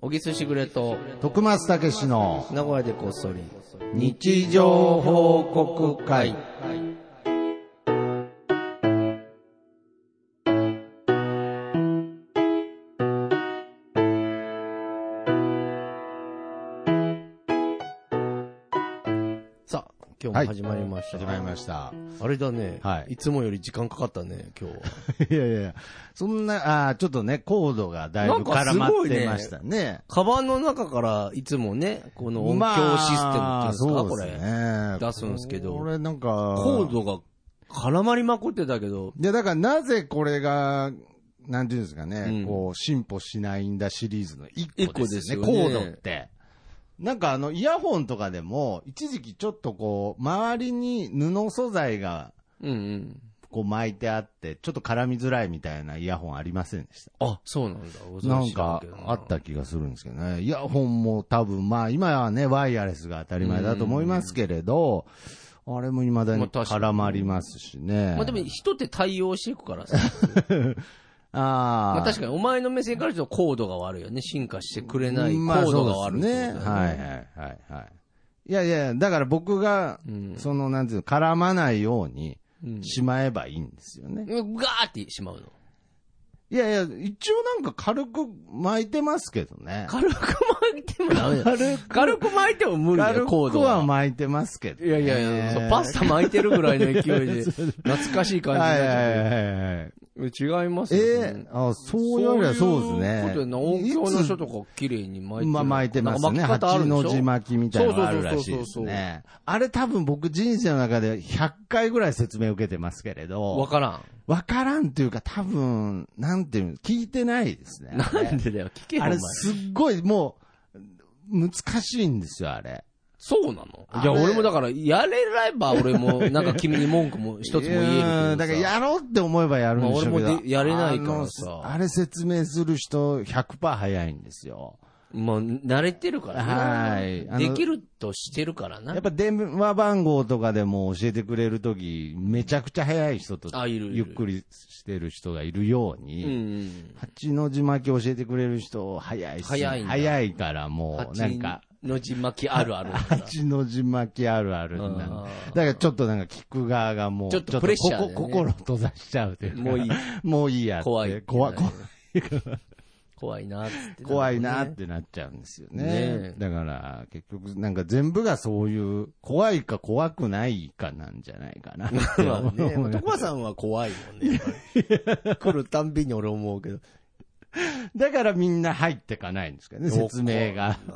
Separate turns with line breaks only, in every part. おぎすしぐれと、
徳松たけしの
名古屋でこっそり、
日常報告会。
さあ、今
は
日
い
も始まりました。
始まりました。
あれだね、
はい
いつもより時間かかったね、今日は。
いやいやいやそんな、あーちょっとね、コードがだいぶ絡まってましたね。
カバンの中からいつもね、この音
ま
響
あ
システムっていうんですか、
そう
こ
で
れ
す。ね。
出すんですけど
これなんか、
コードが絡まりまくってたけど、
で、だからなぜこれが、なんていうんですか
う
ね、
ん
こう、進歩しないんだシリーズの一個ですね、
一個
コ
ですよね
ードって。なんかあの、イヤホンとかでも、一時期ちょっとこう、周りに布素材が、
うんうん。
こう巻いてあって、ちょっと絡みづらいみたいなイヤホンありませんでした。
あ、そうなんだ。恐
な
ろ
ん
しいだ
か
けど
あった気がするんですけどね。イヤホンも多分、まあ今はね、ワイヤレスが当たり前だと思いますけれど、あれも未だ
ま
に
あ確かに
絡まりますしね。
まあでも人って対応していく からさ。
あー
まあ確かにお前の目線からするとコードが悪いよね。進化してくれないコ
まあ
ードが悪い
そう
ってこと
です
だよ
ね。はいはいはいはい。いやいや、だから僕が、
うん
その、なんていうの、絡まないように
うん
しまえばいいんですよね。
うんガーってしまう の。
いやいや、一応なんか軽く巻いてますけどね。
軽く巻いてもダメだよ。
軽く、
軽く巻いても無理だ
軽
よ、コー
く
ド
は
は。
巻いてますけど
い
ね、
やいやいや、そうパスタ巻いてるぐらいの 勢いで、懐かしい感じに
はいは
ないっ
はいはい。
ちゃう違います
え
よね。
えあ、そう言われりゃそうです
そ
ね。
ういうことやな音響の人とか綺麗に巻いてる。
まあ巻いてますね。
なんか巻き方ある
八
んでしょ
の字巻きみたいなのがあるらしいで
そ
す
うそうそうそうそう
ね。あれ多分僕人生の中で100回ぐらい説明受けてますけれ
わ
ど、
からん。
わからんというか多分、なんていうの、聞いてないですね。あれ
なんでだよ、聞けよ、
あ
お
れ
前。
すっごいもう、難しいんですよ、あれ。
そうなのいや、
あれ
俺もだから、やれれば俺も、なんか君に文句も一つも言えるけど
う
さ
んだからやろうって思えばやるんでしょうけ
ま
ど、
あ俺もでやれないからさ
あのあれ説明する人100%早いんですよ。
もう、慣れてるからな
はいあの
できるとしてるからな。
やっぱ電話番号とかでも教えてくれるとき、めちゃくちゃ早い人と、
あいるいる
ゆっくりしてる人がいるよ
う
う
んう
に、
ん。
八の字巻き教えてくれる人、早いっすね
早いんだ
早いからもう、なんか、
八の字巻きあるあるだから。
八の字巻きあるあるなんだ
あー
からちょっとなんか聞く側がもう、
ちょっとプレッシャーだよね
ちょっとここ心閉ざしちゃうというか、
もういい。
もういいやって。
怖い。
怖い、怖い
怖いなっつって。
怖いなってなっちゃうんですよね。
ねえ
だから、結局、なんか全部がそういう、怖いか怖くないかなんじゃないかな。
まあね、男さんは怖いもんね。 やっぱり来るたんびに俺思うけど。
だからみんな入ってかないんですかね、説明が。
わかんな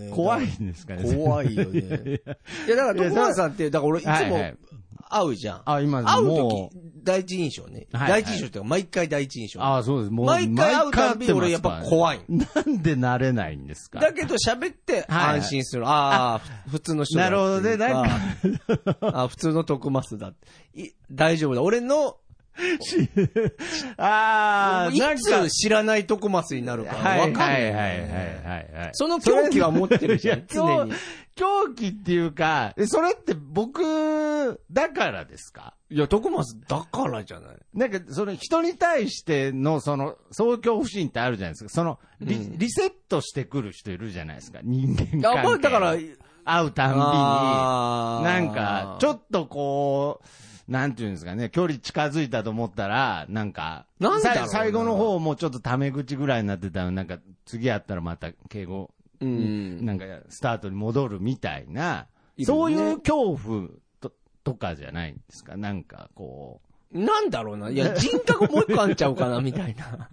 いよね
怖い。んですかね。
怖いよね。いや、だから、徳川さんって、だから俺いつ
はいは
も
い
会うじゃん。
あ、今
会う
も
とき
う、、
第一印象ね。
はいは
第
い
一印象っていうか、毎回第一印象。
あそうです。もう、
毎回会うたん
毎
び俺
回会
やっ
ってま
ぱ
すから
怖い。
なんで慣れないんですか
だけど喋って
はい
安心する。ああ、ふ普通の人だ
なるほどねなん
か。あー普通の徳マスだって。い大丈夫だ。俺の、
あー、ないんか
つ、知らない徳マスになるから
はい
分かん
は
ないい。
はいはいはいはい。
その狂気は持ってるじゃ
い
ん
や、
常に。
狂気っていうか、えそれって僕、だからですか
いや、徳マスだからじゃない。
なんか、その人に対しての、その、総恐怖心ってあるじゃないですか。その、リ,、
うん
リセットしてくる人いるじゃないですか。人間関係。
あ、まあ、だから、
会うたんびに、
あー
なんか、ちょっとこう、なんていうんですかね、距離近づいたと思ったら、なんか、
なんだろうな
さい最後の方もちょっとタメ口ぐらいになってたら、なんか、次会ったらまた敬語、
うん。
なんか、スタートに戻るみたいな、
いるね
そういう恐怖ととかじゃないんですか。なんか、こう、
なんだろう な。いや、人格もう一個あんちゃうかな、みたいな。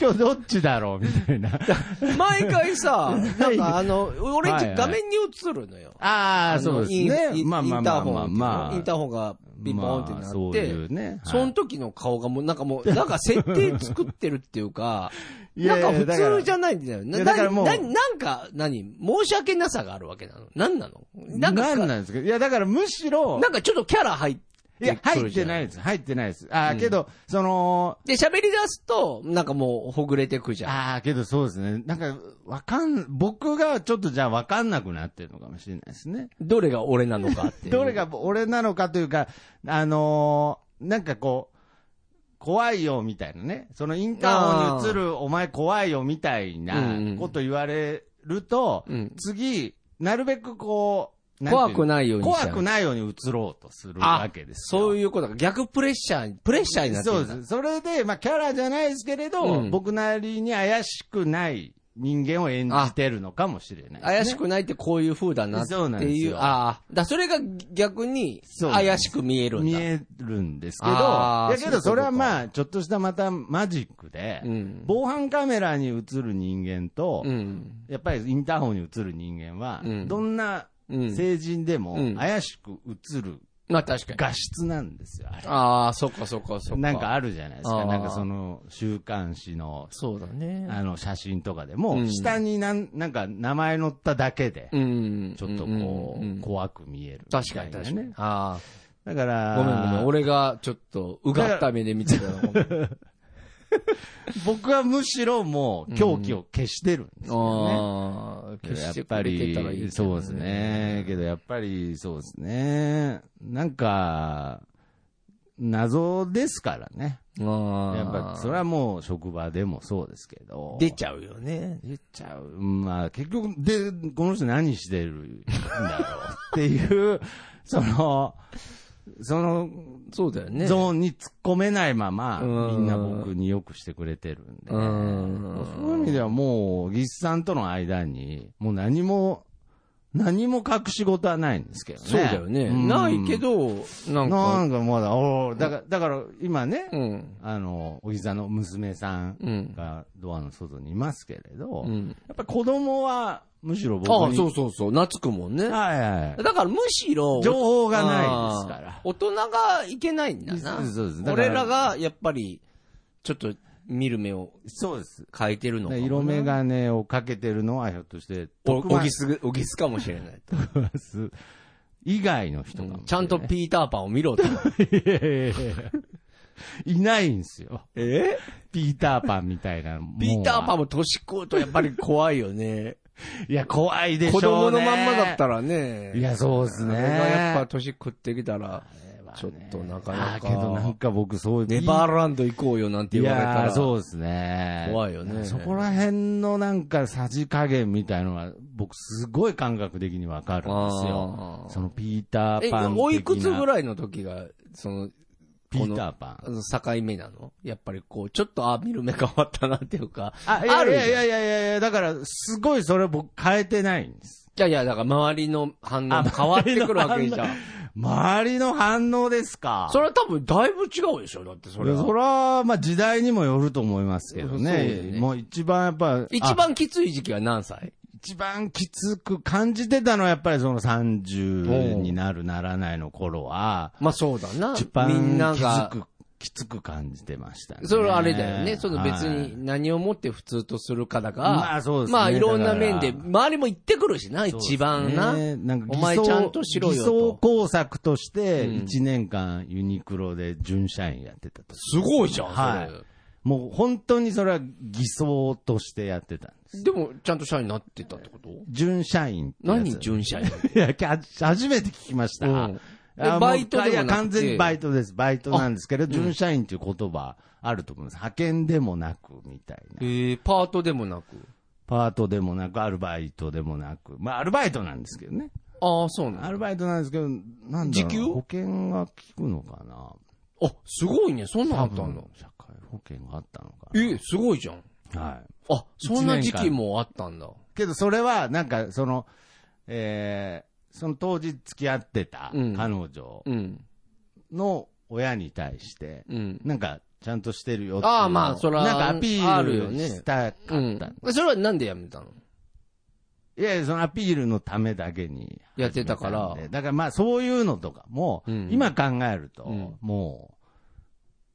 今日どっちだろうみたいな。
毎回さ、なんかあの、俺ん
はい
ち
はい
画面に映るのよ。あ
ああ、
の
そうです
イ
ね。
ン
まあまあまあまあまあ。
インターホンがビポーンってなって、
まあ
そ
そういうね。はい
の時の顔がもうなんかもう、なんか設定作ってるっていうか、
いやいや
なんか普通じゃないんだよ。
い
な
やだからもう
ななんか、何申し訳なさがあるわけなのなんなのなんか
なんなんですかいや、だからむしろ、
なんかちょっとキャラ入って。
いや、入ってないいです。入ってないです。ああ、けど、その、
で、喋り出すと、なんかもうほぐれてくじゃん。
ああ、けどそうですね。なんか、わかん、僕がちょっとじゃあわかんなくなってるのかもしれないですね。
どれが俺なのかっていう。
どれが俺なのかというか、あのーなんかこう、怖いよみたいなね、そのインターホンに映るお前怖いよみたいな
うんうん
こと言われると、
うん
次、なるべくこう、なんていうの
怖くないようにしちゃ
怖
う。
くないように映ろうとするわけですよ。
そう
う
いうことか。逆プレッシャー、プレッシャーになってる
そ
ん
う
だ
です。それで、まあ、キャラじゃないですけれど、
うん
僕なりに怪しくない人間を演じてるのかもしれない、
怪しくないってこういう風だなって
そうなんです
いう。
よ
ああ。だからそれが逆に
そうなんです
怪しく見えるん
見
だ。
えるんですけど、
あ
だ
ー
けどそれは
そういうことか
まあ、ちょっとしたまたマジックで、
うん。
防犯カメラに映る人間と、
うん。
やっぱりインターホンに映る人間は、
うん
どんな
うん。
成人でも
うん
怪しく映る
まあ確かに。
画質なんですよ、あれ。
ああ、そっかそっかそっか。
なんかあるじゃないです
あ
か。
ー
なんかその、週刊誌の、
そうだね。
あの、写真とかで
う
も、
ん
下になん、なんか名前載っただけで、
うん。
ちょっとこ
ん
う、
ん
怖く見えるみたい
確
な
か
ね。
に確かに。あ
だか
あ。
ら、
ごめんごめん。俺がちょっとうがった目で見てたの。
僕はむしろもう、狂気を消してるんですよね。
ああ。
けど
決
や
し
ってぱ
くれて
り
たらいいけど、
そうですね。けどやっぱり、そうですね。なんか、謎ですからね。
ああ。
やっぱ、それはもう職場でもそうですけど。
出ちゃうよね。
出ちゃう。まあ、結局、で、この人何してるんだろうっていう、その、その、
そうだよね。
ゾーンに突っ込めないまま、
うん
みんな僕によくしてくれてるんで、
うん
そういう意味ではもう、技師さんとの間に、もう何も、何も隠し事はないんですけどね。
そうだよね。
うん
ないけ、ど、なん
な
か。
んかまだ、おーだから、だから今ね、
うん。
あの、おじさんの娘さん
うん。
がドアの外にいますけれど、
う
や
ん。
っぱ子供は、むしろ僕
ああ、
に。
そうそうそう。懐くもんね。
はいはい。
だからむしろ、
情報がないですから
ああ大人がいけないんだな
そうですそうです。だから
俺らがやっぱり、ちょっと見る目を
そうです。
変えてるのかもな
色眼鏡をかけてるのは、ひょっとして、
お、
徳
お
松
ぎすぐ、おぎすかもしれないと。
以外の人かも、
ちゃんと、ピーターパンを見 ろと。
いやいやいや いないんですよ。
え
ピーターパンみたいな。
ピーターパン
ン。
も年食うとやっぱり怖いよね。
いや、怖 いでしょ
子
う、ね。
供のまんまだったらね。
いや、そうですね。
俺がやっぱ年食ってきたら、ちょっとなか
あ
な
ーけどなん
か、
か僕そういう。
ネバーランド行こうよなんて
い
言われた
やー
ら、
そうですね。
怖いよね
そこら辺のなんかさじ加減みたいのは、僕すごい感覚的にわかるんですよ
あ。ー
そのピーター
え
パン的、な。
おいくつぐ
い
らいの時が、その、
ピーターパン。
あの境目なのやっぱりこう、ちょっと、あ、見る目変わったなっていうか、
あ、いやい
る
やい
じゃん
やいやいやいや、だから、すごいそれ僕変えてないんです。
いやいや、だから周りの反応も変わってくるわけじゃん。
周りの反応ですか。
それは多分だいぶ違うでしょだってそ
そ
れ
れ
は。
は、まあ時代にもよると思いますけど
そうだよ
ね。
ね
もう一番やっぱ、
一
あ
番きつい時期は何歳
一番きつく感じてたのはやっぱりその30
おう
になるならないの頃は、
まあそうだな
一。番
みんな
きつ
が。
く、きつく感じてましたね。
それはあれだよね。その別
はい
に何をもって普通とするかだが、
まあそうですね
まあいろんな面で、
だから
周りも言ってくるしな、一番な。
ねなんか偽装
お前ちゃんとしろよと
偽装工作として、
うん
1年間ユニクロで準社員やってたと。
すごいじゃん、
はい
それ
もう本当にそれは偽装としてやってたんです。
でも、ちゃんと社員になってたってこと
準社員ってやつ
何準 社員
いや、きゃ初めて聞きました。
うん
あもう
バイトでもなくて
いや、完全にバイトです。バイトなんですけど、準社員っていう言葉あると思います。派遣でもなく、みたいな。
えー、パートでもなく。
パートでもなく、アルバイトでもなく。まあ、アルバイトなんですけどね。
ああ、そうな
ア
の
ルバイトなんですけど、なんだろう
時給
保険が効くのかな
あ、すごいね。そんなのあ
多
ったんだ
分。、社会保険があったのか
えー、すごいじゃん。
な。はい。
あ、そんな時期もあったんだ。
けど、それは、なんか、その、えー、その当時付き合ってた
うん
彼女
うん。
の親に対して、
うん。
なんか、ちゃんとしてるよっていうのを
ああまあそら
なんかアピ
あ
ー
るよ
ル
ね
したか
う
っ
ん
た。。
それはなんで辞めたの
いやいや、そのアピールのためだけに。
やってたから
始めたんでだからまあ、そういうのとかも、
うん
今考えると、
うん
も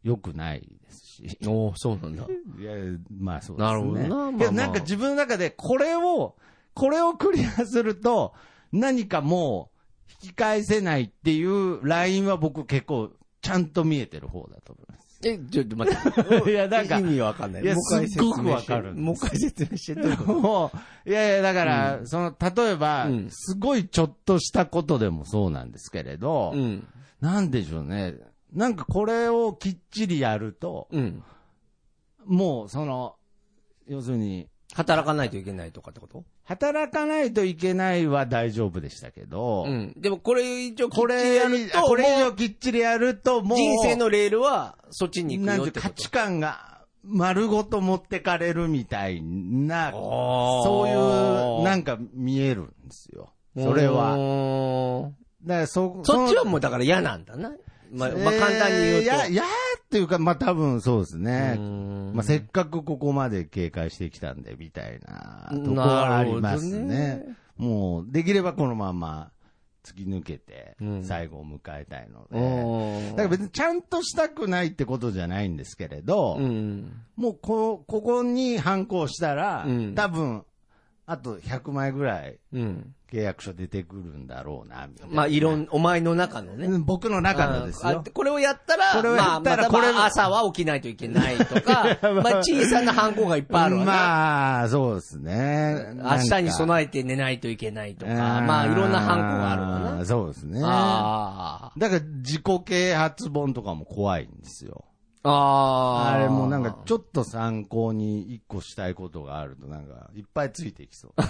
う、良くないですし。
おおそうなんだ。
いや、まあそうですね。
なるほどなまあまあ
けどなんか自分の中で、これを、これをクリアすると、何かもう、引き返せないっていうラインは僕結構、ちゃんと見えてる方だ と思います。
え、ちょっと待って。
いや なんか
意味わかんない。
いや
もう一回説明して
すっごくわかるんです
もう一回説明してどういうこと
もう、いやいや、だから、その、例えば、
うん
すごいちょっとしたことでもそうなんですけれど、
うん。
なんでしょうね。なんかこれをきっちりやると、
うん。
もうその、要するに、
働かないといけないとかってこと
働かないといけないは大丈夫でしたけど、
うん。でもこれ一応、
こ
これ
れ
やると、
これ以
も
上きっちりやると、
う
もう、
人生のレールはそっちに行く
なん
よって
いう
て
か
こと。
価値観が丸ごと持ってかれるみたいな、
あー
そういう、なんか見えるんですよ。それは。
は。
だからそ、
そっちは
その
もうだから嫌なんだな。まあ、まあ、
えー
簡単に言うと。
いや、いやっていうか、まあ多分そうですね
う。ん
まあせっかくここまで警戒してきたんで、みたいなとこはありますね。
なるほどね
もう、できればこのまま突き抜けて
う、ん
最後を迎えたいので。
うん
だから別にちゃんとしたくないってことじゃないんですけれど、
うん。
もうこ、ここに反抗したら、
うん
多分、あと100枚ぐらい
うん。
契約書出てくるんだろうな、みたいな。
まあ、いろん、お前の中のね。
うん僕の中のです
あ
よ。
これをやったら、
これをやったら
まあ、また
これ
まあ朝は起きないといけないと か、まあ、小さな反抗がいっぱいあるわな。
まあ、そうですね。
明日に備
え
えて寝ないといけないとか、まあ、いろんな反抗があるわな。
そうですね。だ
あ
から自己啓発本とかも怖いんですよ。
あ。ああ。
あれもなんか、ちょっと参考に一個したいことがあると、なんか、いっぱいついてきそう。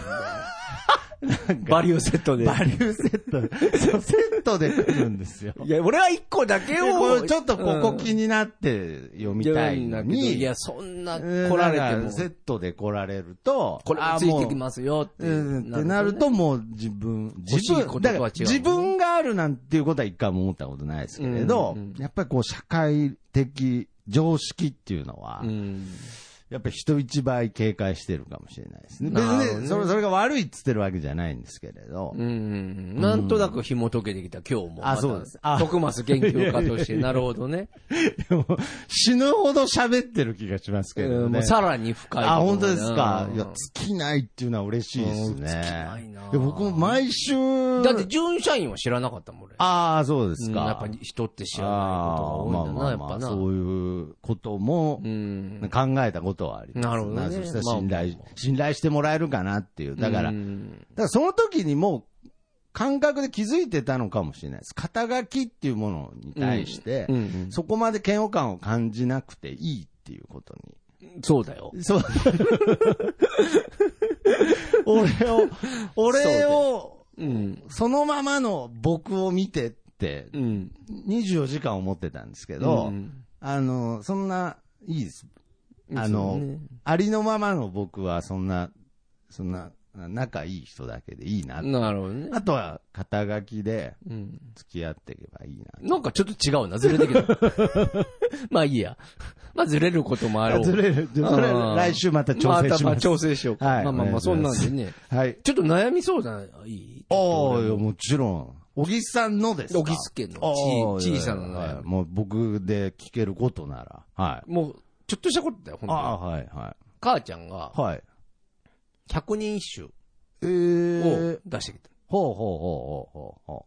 バリューセットで。
バリューセットで、そうセットで来るんですよ。
いや、俺は一個だけを。
ちょっとここ気
に
になって読みたいのに、
いや、そんな
うん
来られて
なんか
も。
セットで来られると、
これ
あ。
ついてきますすよって。
うんってなるともう自分、自
欲しい
分、
こと
だ
と
か
は
ら
違う
自分があるなんていうことは一回も思ったことないですけれど、
うんうん
やっぱりこう社会的常識っていうのは、
うん。
やっぱり人一倍警戒してるかもしれないですね。別
なるほどね
にそれそれが悪いっつってるわけじゃないんですけれど、
うん。なんとなく紐解けてきた、今日も。
あそうですあ
徳松研究家として、なるほどね。
でも死ぬほど喋ってる気がしますけれど
うんも
ね
う。さらに深い。
あ、本当ですか。いや、
うん
尽きないっていうのは嬉しいです
うん
ね。
尽きないな
や僕も毎週。
だって、準社員は知らなかったもん、俺。
ああ、そうで
う
す
ん
か。
やっぱり人って知らないことが多いんだ
あ
な、
ー
や
ま
っ
あまあま
ぱ
あ
な。
そういうことも
う、ん。
考えたことはあります。
なるほどね
そしたら信頼、
まあまあま
信頼してもらえるかなっていう。だから、
う
だ
ん
からその時にもう、感覚で気づいてたのかもしれないです。肩書きっていうものに対して、
うんうん
そこまで嫌悪感を感じなくていいっていうことに。
そうだよ。
そう。俺を、俺を、
うん。
そのままの僕を見てって、
うん。
24時間思ってたんですけど、
うん
あの、そんな、いいです。あ
そ
の、
うね
ありのままの僕はそんな、そんな、仲いい人だけでいいな。
なるほどね。
あとは、肩書きで
うん。
付き合っていけばいいな。
なんかちょっと違うな、ずれてき た。まあいいや。まあずれることもあろう。
ずれる。ずれる
うん
来週また調整し
ま
ま
た
す。
調整しようか。
はい
まあまあまあ、
お
そん
願いし
なん
ます
でね。
はい。
ちょっと悩み相談いい
おーよ、もちろん。小木さんのですか
小木助の
おー
ち小さな悩み
はいもう僕で聞けることなら。はい。
もう、ちょっとしたことだよ、本
ああ、
当に。
はい、は
母ちゃんが
い。、はい。
百人一
え
首を
ー。
出してきた。
ほうほうほうほうほうほ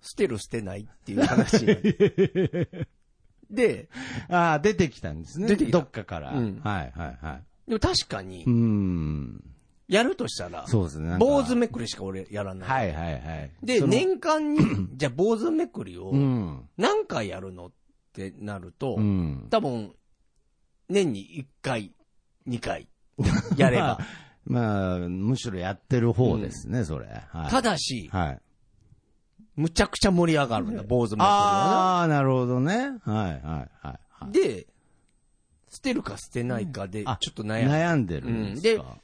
捨てる捨てないっていう話になって。 で、
う。ああ、出てきたんですね。
出てきた
どっかから。
うん
はい、はい、はい。
でも確かに
うー、ん。
やるとしたら、
そうですね。なんか
坊主めくりしか俺やらない。
はい、はい、はい。
で、
その。
年 間に、じゃあ坊主めくりを
うん。
何回やるのってなると、
うん。
多分、年に1回、2回、やれ ば。
まあ、むしろやってる方ですね、それ。はい。
ただし、
はい。
むちゃくちゃ盛り上がるんだ、坊主めくりは
ああ、なるほどね。はい、はい、はいは
な。
い。
で、捨てるか捨てないかで、ちょ
あ
っと悩む。
悩んでるんですか。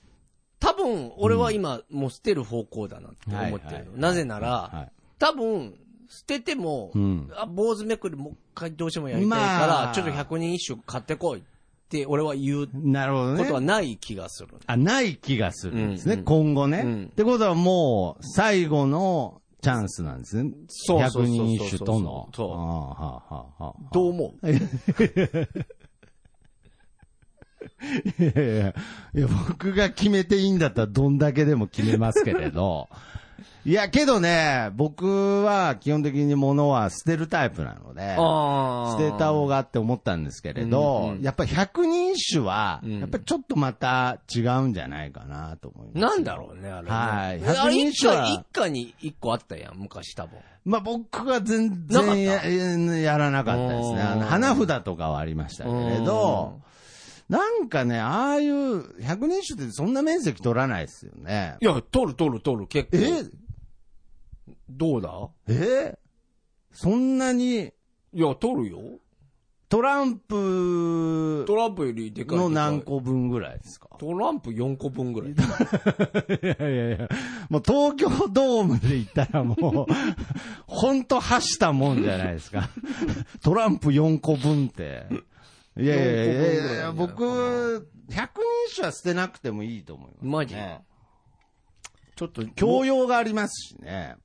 多分、俺は今、もう捨てる方向だなって思って
はい
る
は
の。
い
なぜな
は
ら、
い
多分、捨てても
うん、
あ坊主めくりもう一回どうしてもやりたいか
ま
ら、
あ
ちょっと100人一首買ってこいって、俺は言うこ
なるほどね。
とはない気がする。
あ、ない気がするんですね、
うんうん
今後ね、
うん
ってことはもう、最後のチャンスなんですね。
そうそうそうそう
100人一首との。
そう
ああはあはあはあ
どう思う
いやいやいや、僕が決めていいんだったらどんだけでも決めますけれど、いや、けどね、僕は基本的に物は捨てるタイプなので、
あ
捨てた方がって思ったんですけれど、
うんうん
やっぱ百人一首は、
うん
やっぱりちょっとまた違うんじゃないかなと思います。
なんだろうね、あれね。
はい
あれ
百人
一
一首は
家、一家に一個あったやん、昔多分。
まあ僕は全
なかった
然ややらなかったですね。あ
うん
の花札とかはありましたけれど、なんかね、ああいう百人一首ってそんな面積取らないですよね。
いや、取る取る取る、結構。
え
どうだ
えそんなに
いや、取るよ。
トランプ
トランプよりでかい。
の何個分ぐらいですか
トランプ4個分 ぐらい。
いやいやいや、もう東京ドームで言ったらもう、ほんとはしたもんじゃないですか。トランプ4個分って。いやいやいやいやい
4
や、
個分
僕、
ぐら
100人一首は捨てなくてもいいと思います、ね。
マジちょっと、
教養がありますしね。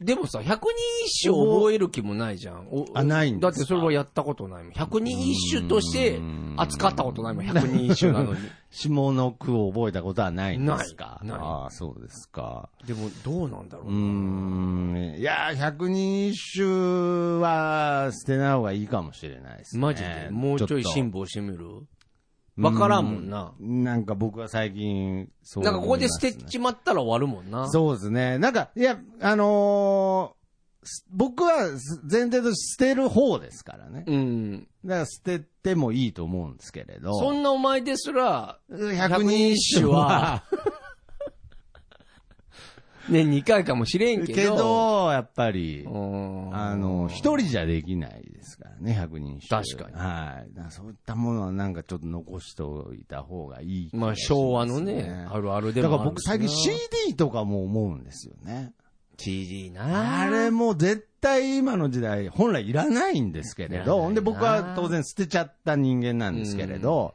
でもさ、百人一首覚える気もないじゃん。お
あないんです
だ
か
ってそれはやったことないもん。百人一首として扱ったことないもん、百人一首な のに。
下の句を覚えたことはないんですか
ないない
ああ、そうですか。
でも、どうなんだろ
う
う
ー
な。
ん。いやー、100人一首は捨てない方がいいかもしれないですね。
マジで、もうちょい
っと
辛抱してみるわからんもんな。
なんか僕は最近、そう
なんかここで
ス
捨
テ
てちまったら終わるもんな。
そうですね。なんか、いや、あのーす僕はす前提として捨てる方ですからね。
うん。
だから捨ててもいいと思うんですけれど。
そんなお前ですら、
百人一首は、
ね、2回かもしれんけど。
けど、やっぱり、
うん
あの、一人じゃできないですからね、百人一首。
確かに
はい。だからそういったものはなんかちょっと残しておいた方がいい気
まあ
がしすね
昭和のね、あるあるで
だ
も
から
ある
僕
しな
最近 CD とかも思うんですよね。
CD な
あれもう絶対今の時代、本来いらないんですけれ
いらない
ど、
な
ほんで僕は当然捨てちゃった人間なんですけれど、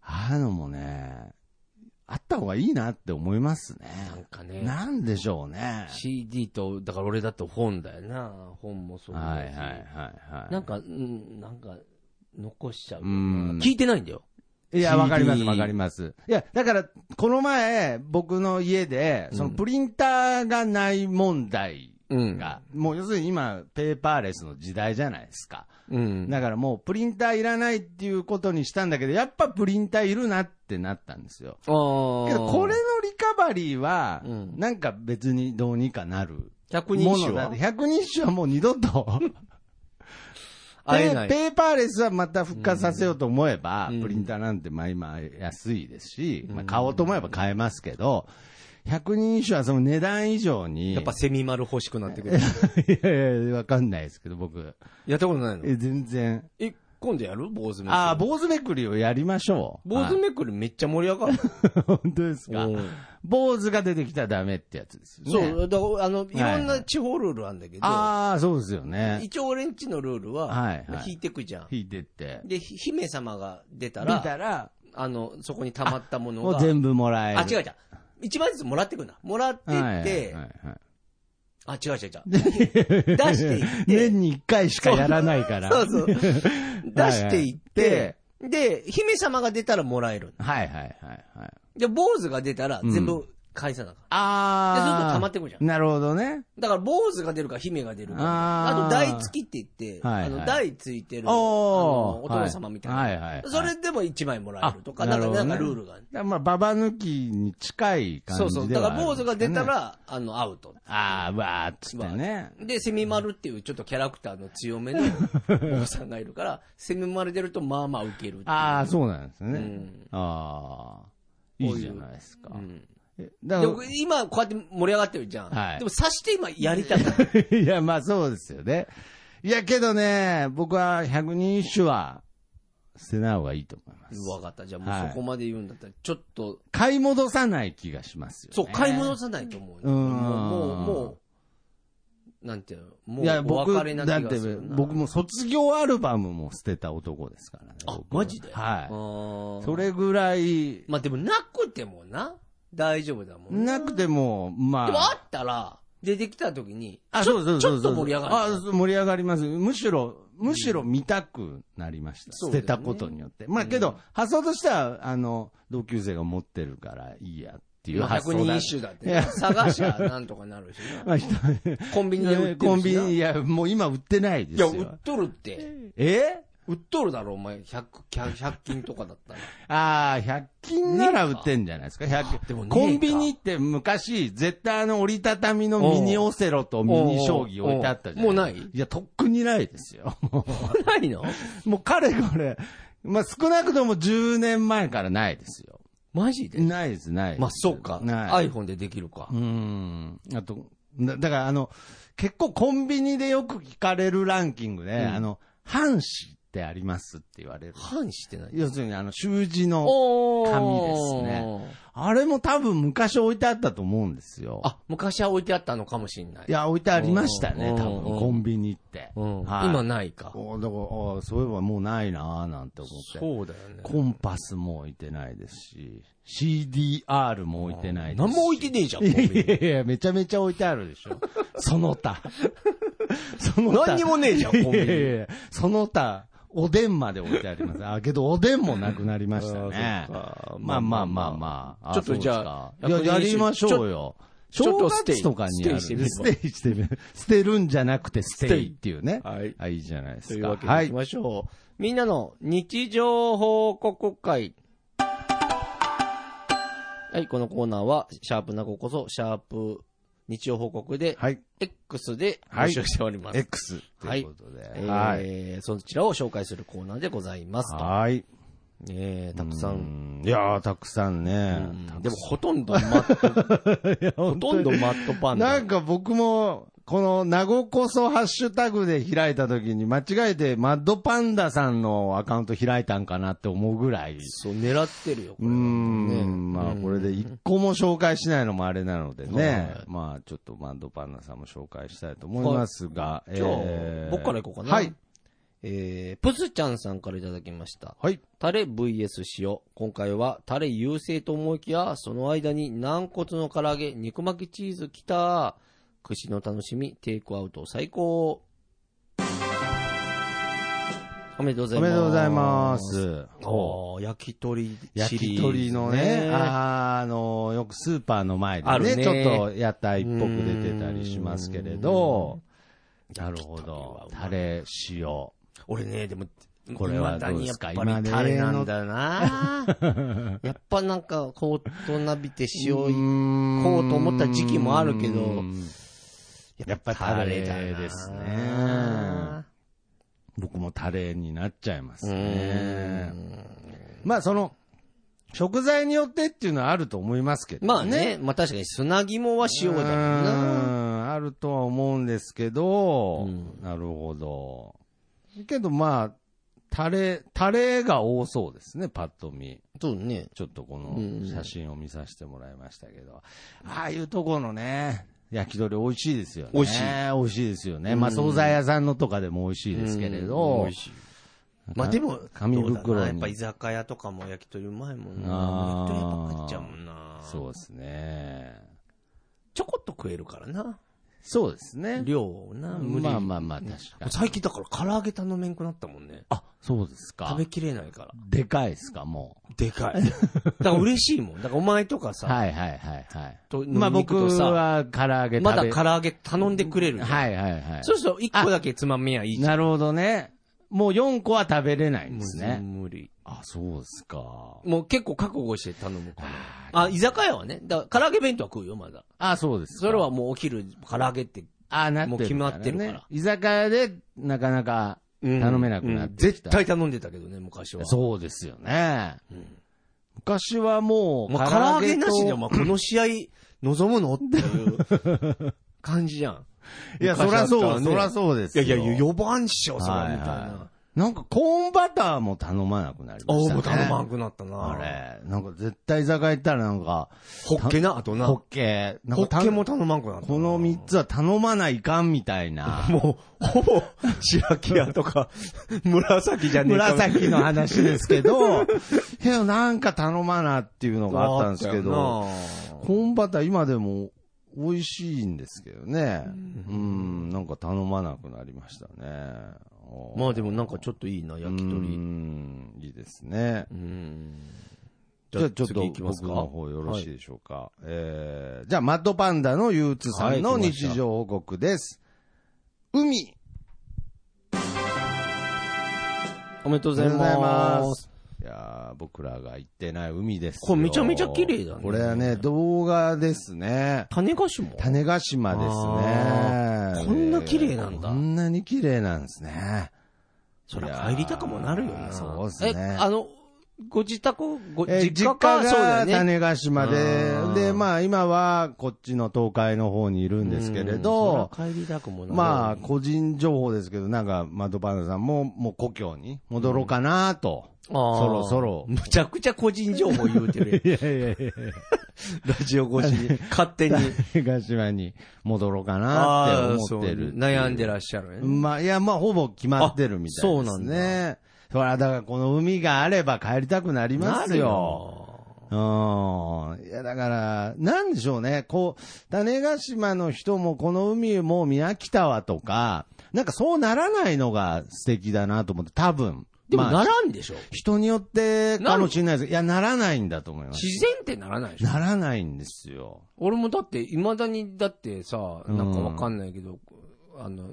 あのもね、あった方がいいなって思います
なん
ね。
かね。
なんでしょうね。
CD と、だから俺だって本だよな。本もそうだし。
はいはいはいはい。
なんか、うん、なんか、残しちゃう。
うん
聞いてないんだよ。
いや、
CD
わかります、わかります。いや、だから、この前、僕の家で、そのプリンターがない問題
うん
が、もう要するに今、ペーパーレスの時代じゃないですか。
うん。
だからもうプリンターいらないっていうことにしたんだけど、やっぱプリンターいるなってなったんですよ。
あー
けどこれのリカバリーは
うん、
なんか別にどうにかなる。
百人
も
一
の
首
だっ
は
て、百人一首はもう二度と。
会え
で
ない。
ペーパーレスはまた復活させようと思えば、
うん
プリンターなんてまあ今安いですし、
うん
まあ、買おうと思えば買えますけど、百人一首はその値段以上に、
やっぱセミ丸欲しくなってくる。
いやいや、わかんないですけど、僕。
やったことないの
え全然。
え、今度やる坊主めくり。
ああ、坊主めくりをやりましょう。
坊主
はい
めくりめっちゃ盛り上がる。
本当ですか。
うん
坊主が出てきたらダメってやつですよね。
そう、だからあの、い
は
ろ
い
ん
は
な地方ルールあるんだけど、
ああ、そうですよね。
一応俺んちのルール
は
はい
は、い
引いてくじゃん。
引いてって。
で、ひ姫様が出た
出
ら、
たら、
あの、そこに溜まったもの
も
が、
う全部もらえる。
あ、違う違う。一枚ずつもらってくんだ。もらってって、
はいはいはい
あ、違う違う違う。出していって、
年に一回しかやらないから。
そうそう。出 していっ
はい
て、で、姫様が出たらもらえる。
はいはいはいはい。
で、坊主が出たら
うん
全部返さなあか、
あ
ん。
ー。
で、ずっと溜まってくじゃん。
なるほどね。
だから、坊主が出るか、姫が出るか。
あ
あ
ー
と、台付きって言って、
はいはい
あの、台ついてる、あの
おー。
お殿様みたいな。
はいはいはい。
それでも1枚もらえるとか、
あ
なんか、
なるほ
な
ど
ん
ね
かルールがある。
だからまあ、ババ抜きに近い感じで
そ
は
うそう。だから、坊主が出た
あるんですかね、
ら、あの、アウト。
あー、わーっつってね。
で、セミ丸っていうちょっとキャラクターの強 めのお子さんがいるから、セミ丸出るとまあまあウケるっていう
ああ、そうなんですね。
うん
ああ、いいじゃないですか。
ん
えだ
で
か
僕今こうやって盛り上がってるじゃん。
はい
でも刺して今やりたくない。
ら、いや、まあそうですよね。いや、けどね、僕は百人一首は捨てない方がいいと思います。
わかった。じゃあもうそこまで言うんだったら、ちょっと、
買い戻さない気がしますよ、ね。
そう、買い戻さないと思う。
うん
もう、もう、もう、なんていうの、も
いや、
うお
僕、
別れな気
だっ
が
て
するな。
僕も卒業アルバムも捨てた男ですからね。
あ、
僕
マジであ
は
ー
い。それぐらい、
まあでもなくてもな、大丈夫だもんね
なくても、まあ。
でもあったら、出てきた時に、
あ、
ち
そ
ょ
うそう
ち
そう
ょ
そう。
っと盛り上がる。
あそう盛り上がります。むしろ、むしろ見たくなりました。
そうだ
捨
よ
て
ね
たことによって。まあけど、発想としては、あの、同級生が持ってるからいいやっっていう
まあ、
発
100
想だ。
人一首だって、ね、探しゃなんとかなるしな。
まあ人
コンビニで売ってるしな
コンビニ、いや、もう今売ってないで
い
す
や、
よ。
売っとるって。
え
売っとるだろ、お前。100、100 100均とかだったら。
ああ、100均なら売ってんじゃないですか、100
でもねえか
コンビニって昔、絶対あの折りたたみのミニオセロとミニ将棋置いてあったじゃない
おうおうおうもうない
いや、とっくにないですよ。も
ないの
う、もうかれこれ、まあ少なくとも10年前からないですよ。
マジで
ないです、ないです。
まあ、そうか。
ない。
iPhone でできるか
う。ん。あと、だだからあの、結構コンビニでよく聞かれるランキングで、あの、半紙ってありますって言われる。
半してない。
要するにあの、習字の。
おー
紙ですね。あれも多分昔置いてあったと思うんですよ。
あ、昔は置いてあったのかもしれない。
いや、置いてありましたね、
うん
多
うん
分、コンビニって。
うん
はい
今ないか。
おだからあそういえばもうないなぁなんて思って。
そうだよね。
コンパスも置いてないですし、CDR も置いてないです
何
し。
も置いてねえじゃん、コンビ
い
ニ
やいやいや、めちゃめちゃ置いてあるでしょ。そ の他。その他。
何にもねえじゃん、コンビニ。
いやいやいやその他、おでんまで置いてあります。あ、けどおでんもなくなりました
あー
ね
そっか。
まあまあまあまあ。
ちょっとじゃあ
そうですかいや、やりましょうよ。
ちょちょっ
正
とステイ
月とかにやる
ステイしてみれ
ステイしてみる。捨てるんじゃなくてステイっていうね。
はい。
あ、いいじゃないですか。
というわけで
は
行
い
き。ましょう。みんなの日常報告会。はい、このコーナーは、シャープなここそ、シャープ日常報告で、
はい。
X で募集しております。
X ということで。はい。
えー、そちらを紹介するコーナーでございますと。
はい。
えー、たくさん。
ん。いやー、たくさんね
うん。
たくさん
でも、ほとんどマッ ト、ほとんどマットパン
な
ダ
ん。か僕も、この、名護こそハッシュタグで開いたときに、間違えてマッドパンダさんのアカウント開いたんかなって思うぐらい。
そう、狙ってるよ、こ
うー
れ。
ん、まあこれで一個も紹介しないのもあれなのでね
はい。
まあちょっとマッドパンダさんも紹介したいと思いますが。
じゃあ
えー
僕から行こうかな。
はい。
えー、プスちゃんさんからいただきました。
はい。
タレ VS 塩。今回はタレ優勢と思いきや、その間に軟骨の唐揚げ、肉巻きチーズきた。串の楽しみ、テイクアウト最高。おめでとうござ
お
います。
めでとうございます。
おー焼き鳥
焼
シリーズ、
き鳥のね、あーあの、よくスーパーの前で
ある
ね、
ね
ちょっと屋台っぽく出てたりしますけれど、なるほど。タレ、塩。
俺ね、でも、
これはどうですか
未だにやっぱりタレなんだよな やっぱなんか、こう、となびて塩
う
い、
ーん
こうと思った時期もあるけど
うんやっぱタレ
だな
ですね。僕もタレになっちゃいますね。まあその、食材によってっていうのはあると思いますけど
まあね、まあ確かに砂肝は塩だもんな。
うーんあるとは思うんですけど、
うん
なるほど。けどまあ、タレ、タレが多そうですね、パッと見。
そうね。
ちょっとこ
うん
の写真を見させてもらいましたけど。ああいうとこのね、焼き鳥美味しいですよね。
美味しい
美味しいですよね。まあ、惣菜屋さんのとかでも美味しいですけれ
うん
ど。
美味しいまあでも、
紙袋に
どうだなやっぱ居酒屋とかも焼き鳥うまいもんな。
あ
焼
ー
き鳥ばっかり行っちゃうもんな。
そうですね。
ちょこっと食えるからな。
そうですね。
量をな、無理。
まあまあまあ、確かに。
最近だから唐揚げ頼めんくなったもんね。
あ、そうですか
食べ。きれないから。
でかいですか、もう。
でかい。だから嬉しいもん。だからお前とかさ、
はいはいはいはい。
と
まあ僕
肉とさ
は唐揚げ食べ
まだ唐揚げ頼んでくれるじゃん。
はいはいはい。
そうすると一個だけつまみはいいじゃん。
なるほどね。もう4個は食べれないんです
も
ね。
う無理。
あ、そうですか。
もう結構覚悟して頼むから。あ、居酒屋はね。だから唐揚げ弁当は食うよ、まだ。
あ、そうですか。
それはもうお昼、唐揚げって。
あ、なってるからね
もう決まってるから
居酒屋でなかなか頼めなくなってき
うん絶
た
対頼んでたけどね、昔は。
そうですよね。
ん
昔はもう、
もう唐揚げ
と
なしでお前この試合望むのっていう 感じじゃん。
いや、そら
昔だ
そ
ったら
う、
ね
そらそうです
いや
よ。
いや、4番っしょ、そ
は
ら、
い
みたい
は。
ない
なんかコーンバターも頼まなくなり
あ。
ましたね。
もう頼まんくなったな。
あ。れ、なんか絶対居酒屋行ったらなんか、
ホッケな、あとな。
ホッ
ホ
ケ、なん
ッ
かた
ケも頼まんくなったな。
この三つは頼まないかんみた いな。
もう、ほぼ、白木屋とか、 紫じゃねえか。
紫の話ですけど、 けどなんか頼まなっていうのがあったんですけど、
あっ
コーンバター今でも美味しいんですけどね。うん、なんか頼まなくなりましたね。
たよなまあでもなんかちょっといいな、焼き
う
鳥。
ん、いいですね。
うん。
じゃあちょっと
次行きます
僕
か
の方よろしいでしょうか。えー、じゃあマッドパンダの憂鬱さんの
はい来ました
日常報告です。海
おめでとう
お
ございます。。
いやー僕らが行ってない海ですよ。
これめちゃめちゃ綺麗だね
これはね、動画ですね。
種子島
種子島
あ
ですね。
ーこんな綺麗なんだ
こんなに綺麗なんですね。
そりゃ帰りたくもなるよ
いや
な。
ーそうっすね
え、あの、ご自宅、ご、
えー
実家か、
実
そうだ
家が
よね。
種子島
うん
で、で、まあ今はこっちの東海の方にいるんですけれど
うん、そりゃ帰りたくもなるよね。
まあ個人情報ですけど、なんかマドパンダさんももう故郷に戻ろうかなと。
あー
そろそろ
むちゃくちゃ個人情報言うてるやん
いやいやいや
ラジオ越しに。 勝 手に。
種子島に戻ろうか
あ
な
あ
って思ってるってい
そう
う。
悩んでらっしゃるよね。
まあ、いや、まあ、ほぼ決まってるみた
あ
いで
そう
す
なん
ね。そら、だからこの海があれば帰りたくなりますよ。うん。いや、だから、なんでしょうね。こう、種子島の人もこの海もう見飽きたわとか、なんかそうならないのが素敵だなと思って、多分。
でも、
ま
な
あ、
らんでしょ、
人によってかもしれないですけどいや、ならないんだと思います。
自然ってならないでしょ
ならないんですよ。
俺もだって、未だに、だってさ、なんかわかんないけど、あの、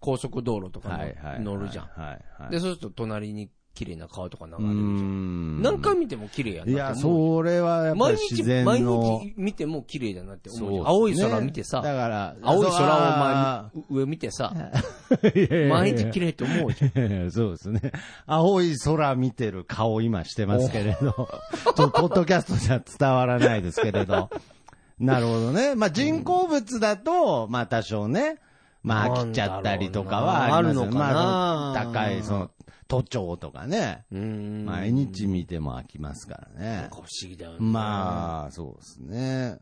高速道路とか
はいはい。
乗るじゃん。
はいはいはい。
で、そうすると隣に綺麗な川とか流れ
うー
るじゃん。
ん。
何回見ても綺麗や
い
な
や、
って思う。
それはやっぱ
毎
り
日
自、然の。
毎日見ても綺麗だなって思うじゃん。
そう
青
で
い
すね
空見て
だ
さ、
から、
青い空を前に上見てさ、
前
毎日綺麗って思うじゃん。
麗。そう ですね。青い空見てる顔今してますけれど、ちょっとポッドキャストじゃ伝わらないですけれど。 なるほどね。まあ人工物だと、まあ多少ね、まあ飽きちゃったりとかはありますよ
なんだろうな
まあ
あ
そ
るのか
の
な
高い、その、都庁とかね。
うーん。
毎日見ても飽きますからね
なんか。不思議だよね。あ。
まあ、そうですね。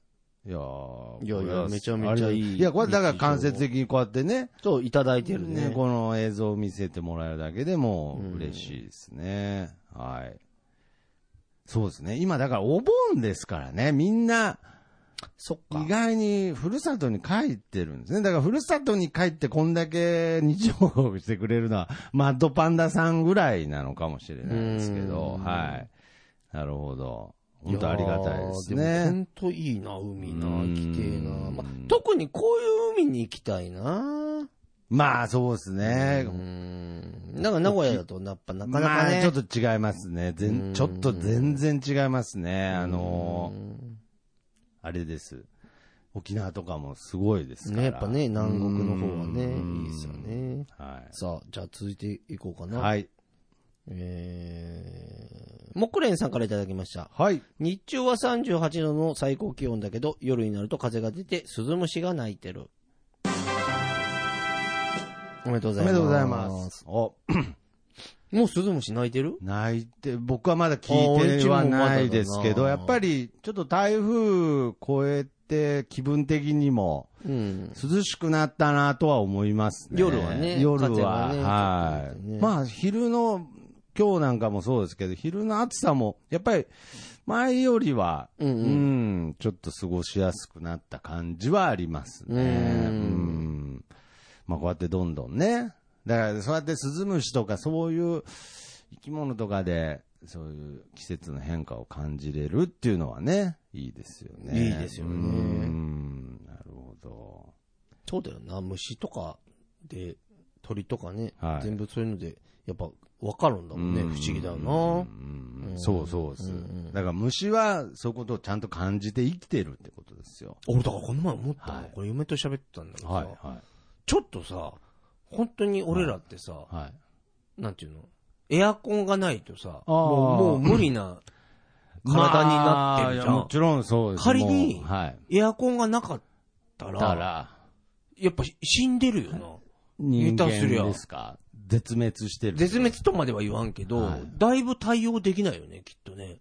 いやー
いやいや
これは
めちゃめちゃいい
いや、これだから間接的にこうやってね、
そう、いただいてる
ね
ね。
この映像を見せてもらえるだけでも嬉しいですね。はい。そうですね。今だからお盆ですからね、みんな
そっか
意。外にふるさとに帰ってるんですね。だからふるさとに帰ってこんだけ日常報告してくれるのは マッドパンダさんぐらいなのかもしれないですけど、
うん
はい。なるほど。本当ありがたいですね。
本当いいな、海な、
うん
行きてえな。まあ、特にこういう海に行きたいな。
まあ、そうですね
う。ん。なんか名古屋だと、やっぱなかな
ま
か
あ、
ね。
ちょっと違いますね。
う
全
ん
ちょっと全然違いますね。あ
う
のー
ん
あれです。沖縄とかもすごいですから。
ね、やっぱね、南国の方はね、
うん
いいですよね。
は
さあ、じゃあ続いていこうか
い。
な。
はい。
えー、モクレンさんからいただきました。
はい。
日中は38度の最高気温だけど、夜になると風が出て、鈴虫が鳴いてる。おめでとうござ
お
いま。
めですとうございます。お、
もう鈴虫泣いてる
泣いて、僕はまだ聞いてはないです
あー
けど、
うちもまだだな
やっぱりちょっと台風越えて気分的にも
うん。
涼しくなったなとは思いますね。
夜はね
夜
風
は、
がね
はい、
ね
まあ、昼の、今日なんかもそうですけど、昼の暑さも、やっぱり、前よりは、
うんうん
うんちょっと過ごしやすくなった感じはありますね。
うん
うんまあ、こうやってどんどんね。だから、そうやってスズムシとかそういう生き物とかで、そういう季節の変化を感じれるっていうのはね、いいですよね。
いいですよね
うんなるほど。
そうだよな、虫とかで、鳥とかね、
はい
全部そういうので、やっぱ分かるんだもんね、
うん
不思議だよ
うん
な。
そうそうです。だから虫はそういうことをちゃんと感じて生きてるってことですよ。
俺、だからこの前思ったの、
はい
これ嫁と喋ってたんだけどさ、
は
ちょっとさ、本当に俺らってさ、
い。はい。
なんていうのエアコンがないとさ、
あー
もうもう無理な体になってるじゃ
まあいやも
ん。
ちろんそうです。
仮に
もうはい。
エアコンがなかったら、
だから、
やっぱ死んでるよな。
人
下
間
手すりゃ
ですか絶滅してる。
絶滅とまでは言わんけど、
はい
だいぶ対応できないよね、きっとね。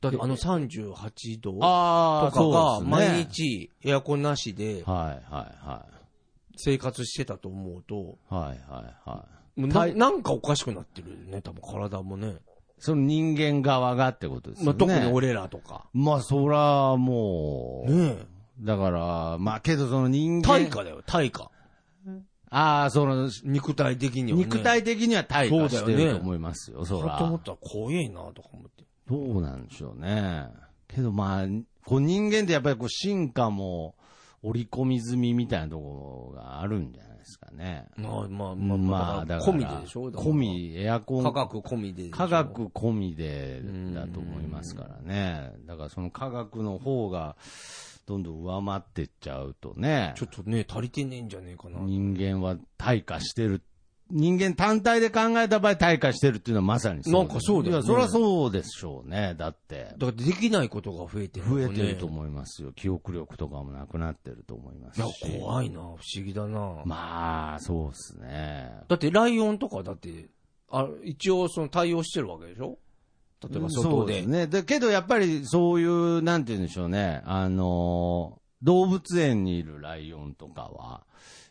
だってあの38度
あ
と
あ、
かが
そうですね
毎。日エアコンなしで
はいは
生活してたと思うと、
いはい。はいはいはい。
もうななんかおかしくなってるよね、多分体もね。
その人間側がってことです
ま
よ
あ、
ね。
特に。俺らとか。
まあそらもう、
ねえ。
だから、まあけどその人間。
対価だよ、対価。
ああ、その、
肉体的にはね。
肉体的には退化して
そうだよ
る
ね
と思いますよ、そ
そう
ら
と。思ったら怖えなとか思って。
どうなんでしょうね。けどまあ、こう人間ってやっぱりこう進化も織り込み済みみたいなところがあるんじゃないですかね。
まあまあま
ま
あ
あ、
まあ、
だから。
込みででしょだから
込み、エアコン。
科学込みででしょ
科学込みでだと思いますからね。だからその科学の方が、どんどん上回ってっちゃうとね
ち。ょっとね、足りてねえんじゃねえかな。
人間は退化してる。人間単体で考えた場合退化してるっていうのはまさにそう
なんかそうだよね
いや、それはそうでしょうね。だって。
だからできないことが増えてる、
増えてると思いますよ。記憶力とかもなくなってると思います
いや、
し。
怖いな、不思議だな。
まあ、そうですね。
だってライオンとかだって、あ一応その対応してるわけでしょ例えば
そ
外
う
で。
ですね。だけどやっぱりそういう、なんて言うんでしょうね。あのー動物園にいるライオンとかは、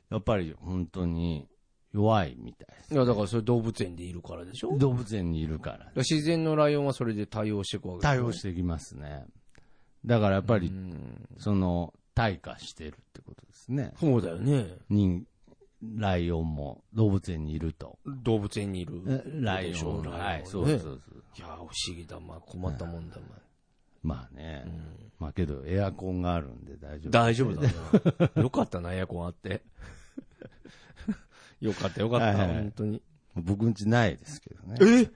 やっぱり本当に弱いみたいです。
いや、だからそれ動物園でいるからでしょだか
動物園にいるから、
ら自然のライオンはそれで対応していくわけでしょ
対応してきますね。だからやっぱり、
うん
その、退化してるってことですね。
そうだよね。
人、ライオンも動物園にいると。
動物園にいる。
えライ
でし
オ
ょ
ン。
ライオン
はい、そう
ね
ですそうです。
いや、不思議だ。まあ、困ったもんだ。まあ
まあね。まあけど、エアコンがあるんで 大丈夫。
大丈夫だな。よかったな、エアコンあって。 よかった、よかった、
はいはい
本当に。
僕んちないですけどね。
え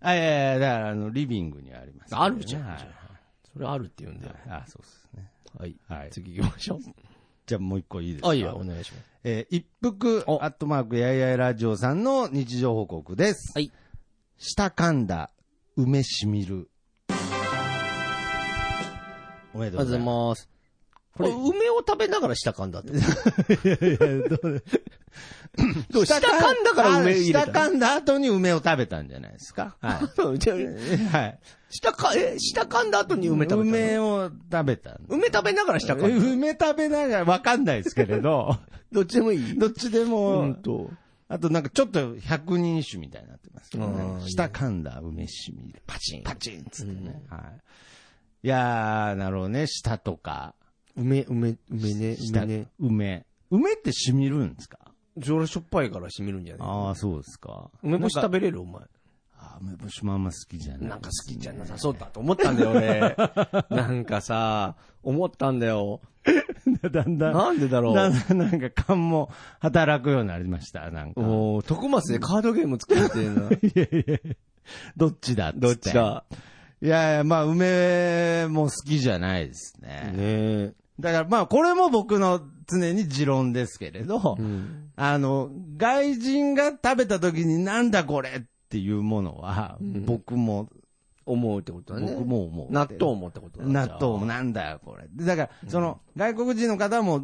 あ、いやいや、だから、あの、リビングにあります、
あるじゃん
は。い
じゃあそれあるって言うんだよ。
あ、そうですね。
はい。
はい。
次行きましょ
じゃあもう一個いいです
う。
か
あ、いいよ、お願いします。
えー一服、
お
アットマーク、やいやいラジオさんの日常報告です。
はい。
舌噛んだ、梅しみる。おめでとうございま
ま
す。
す。これ、梅を食べながら舌噛んだって。どう舌噛んだから梅入れ
あ舌
た
噛んだ後に梅を食べたんじゃないですか。はい。
の。じゃあ
はい。
舌か、え、舌噛んだ後 に梅食べたの。
梅を食べたんで
梅食べながら舌噛んだ。
梅食べながら、わかんないですけれど、
どっちでもいい
どっちでも、
と。
あとなんかちょっと百人一首みたいになってますけど
あー
ね。舌噛んだ梅しみる。パチン。パチンっつってね。はい。いやー、なるほどね。舌とか。
梅、梅、梅ね、
舌
梅ね。
梅。梅ってしみるんですか
それしょっぱいから染みるんじゃない
ああ、そうですか。
梅干し
な
食
んか
べれるお前。
あー梅干しもあんま好きじゃない。
なんか好きじゃなさそうだと思ったんだよ、 俺。なんかさ、思ったんだよ。
だんだん、
なんでだろ
だ
う。
んだんなんか勘も働くようになりました。なんか。
もう、徳松でカードゲーム作ってる な。
いやいやどっちだっつって
どっち。だ。
いやいや、まあ、梅も好きじゃないですね。
ね
だからまあこれも僕の常に持論ですけれど、
うん。
あの、外人が食べた時になんだこれっていうものは、
ん
僕も、
思うってことだね。
僕も思う。
納豆もってことだ
納豆も
ね。
なんだよこれ。でだから、その、外国人の方も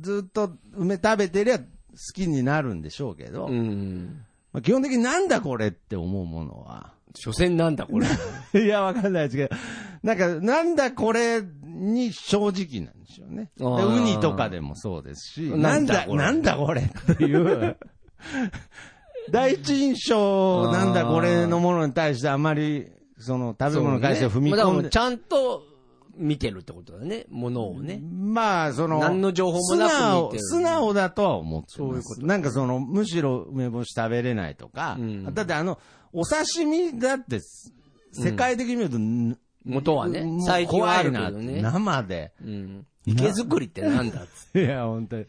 ずっと梅食べてりゃ好きになるんでしょうけど、
うん。
まあ、基本的になんだこれって思うものは、
所詮なんだ、これ。
いや、わかんないですけど、なんか、なんだこれに正直なんでしょうね。で
あー
ウニとかでもそうですし、
な
なんん
だ
だ、
これ
なんだこれっていう、 第一印象、なんだこれのものに対してあまり、その食べ物に対して踏み
まあだから
込
も
ん
う
で、
ちゃんと見てるってことだね。ものをね。
まあ、その、
何の情報もなく見てる
素直、素直だとは思ってます。
そういうこと
なんかその、むしろ梅干し食べれないとか、
うん
だってあの、お刺身だって、世界的に見ると、
元はね
も。う
最近はあるけど
怖いなって
ね。
生で。
うん。池作りってなんだっつって
いや、本当に。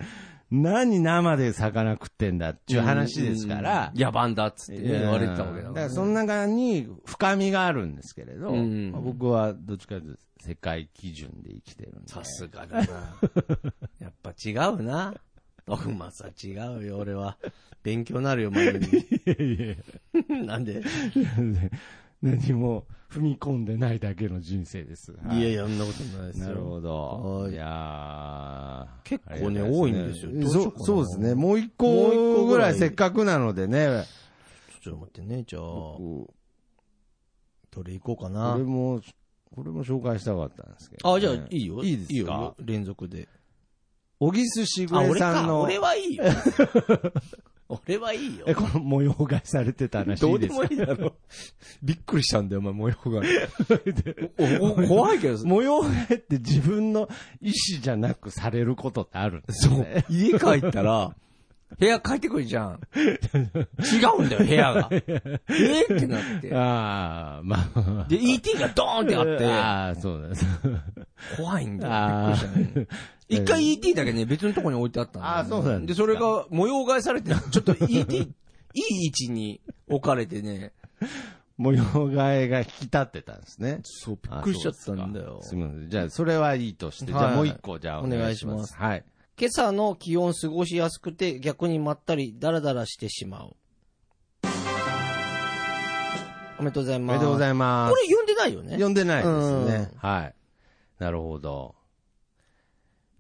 何生で魚食ってんだっていう話ですから。
うん野蛮だっつってね言われてたわけだか
だから
ね。
らその中に深みがあるんですけれど、
うん
まあ僕はどっちかというと世界基準で生きてるんで。
さすがだ な。やっぱ違うな。徳松は違うよ、俺は。勉強なるよ、 前に。 なんで
何も踏み込んでないだけの人生です。
いやいや、そんなことないですよ。
なるほ
は
ど。
い
いやー
結構ね
ありがたい
多いんですよどうしよう
そ
か
う
な
そうですね。もう
もう
一
一個
個
ぐ
ぐ
ら
ら
い
いせっかくなのでね。
ちょっと待ってね、じゃあ、ど
こ
れいこうかな
れ。も、これも紹介したかったんですけど、
あ、じゃあ、いいよ。
いいですか
いよ連続で。
小木すし
あ、
ぐれ
俺
さん
か。
の、
俺はいい よ。俺はいいよ
え、。この模様替えされてた話
ど
いうい
で
です
も
か
いいだろ。びっくりしたんだよ、お前、模様が。 おお怖いけど、
模様替えって自分の意思じゃなくされることってあるんです
そう
ね。。
家帰ったら、部屋帰ってくるじゃん。違うんだよ、部屋が。えーってなって。
ああ、まあ。
で、ET がドーンってあっ
ああ、そうだ。
て、怖いんだよ。び
あ
っくりしたね。一回 ET だけね、別のとこに置いてあったんだよね
あーそうなん
で、
です
そ
か
れが模様替えされて、ちょっと ET、いい位置に置かれてね、
模様替えが引き立ってたんですね。
そう、び
あ
っくりしちゃったんだよ。
すみません。じゃあ、それはいいとして、
はい
じゃあもう一個、じゃあ
お
お
願
願
い
い
し
し
ま
ますす。はい。
今朝の気温過ごしやすくて逆にまったりダラダラしてしまう。おめでとうござい
お
ます。
めでとうございま
こ
す。
れ読んでないよね。
読んでないですね
う。
はい。なるほど。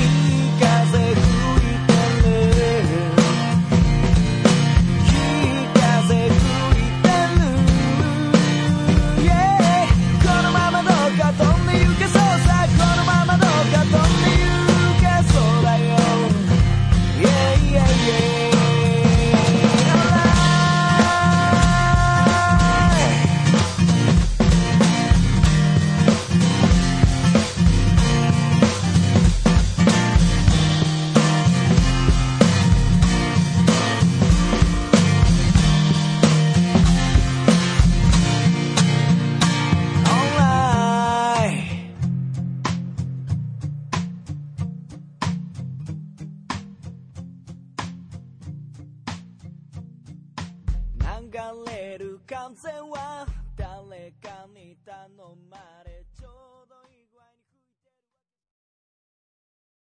いい風吹いてるいい風吹いてる Yeah このままどうか飛んで行けそうさこのままどうか飛んで行けそうだよ Yeah yeah yeah Alright オンライン流れる風は誰かに頼まれ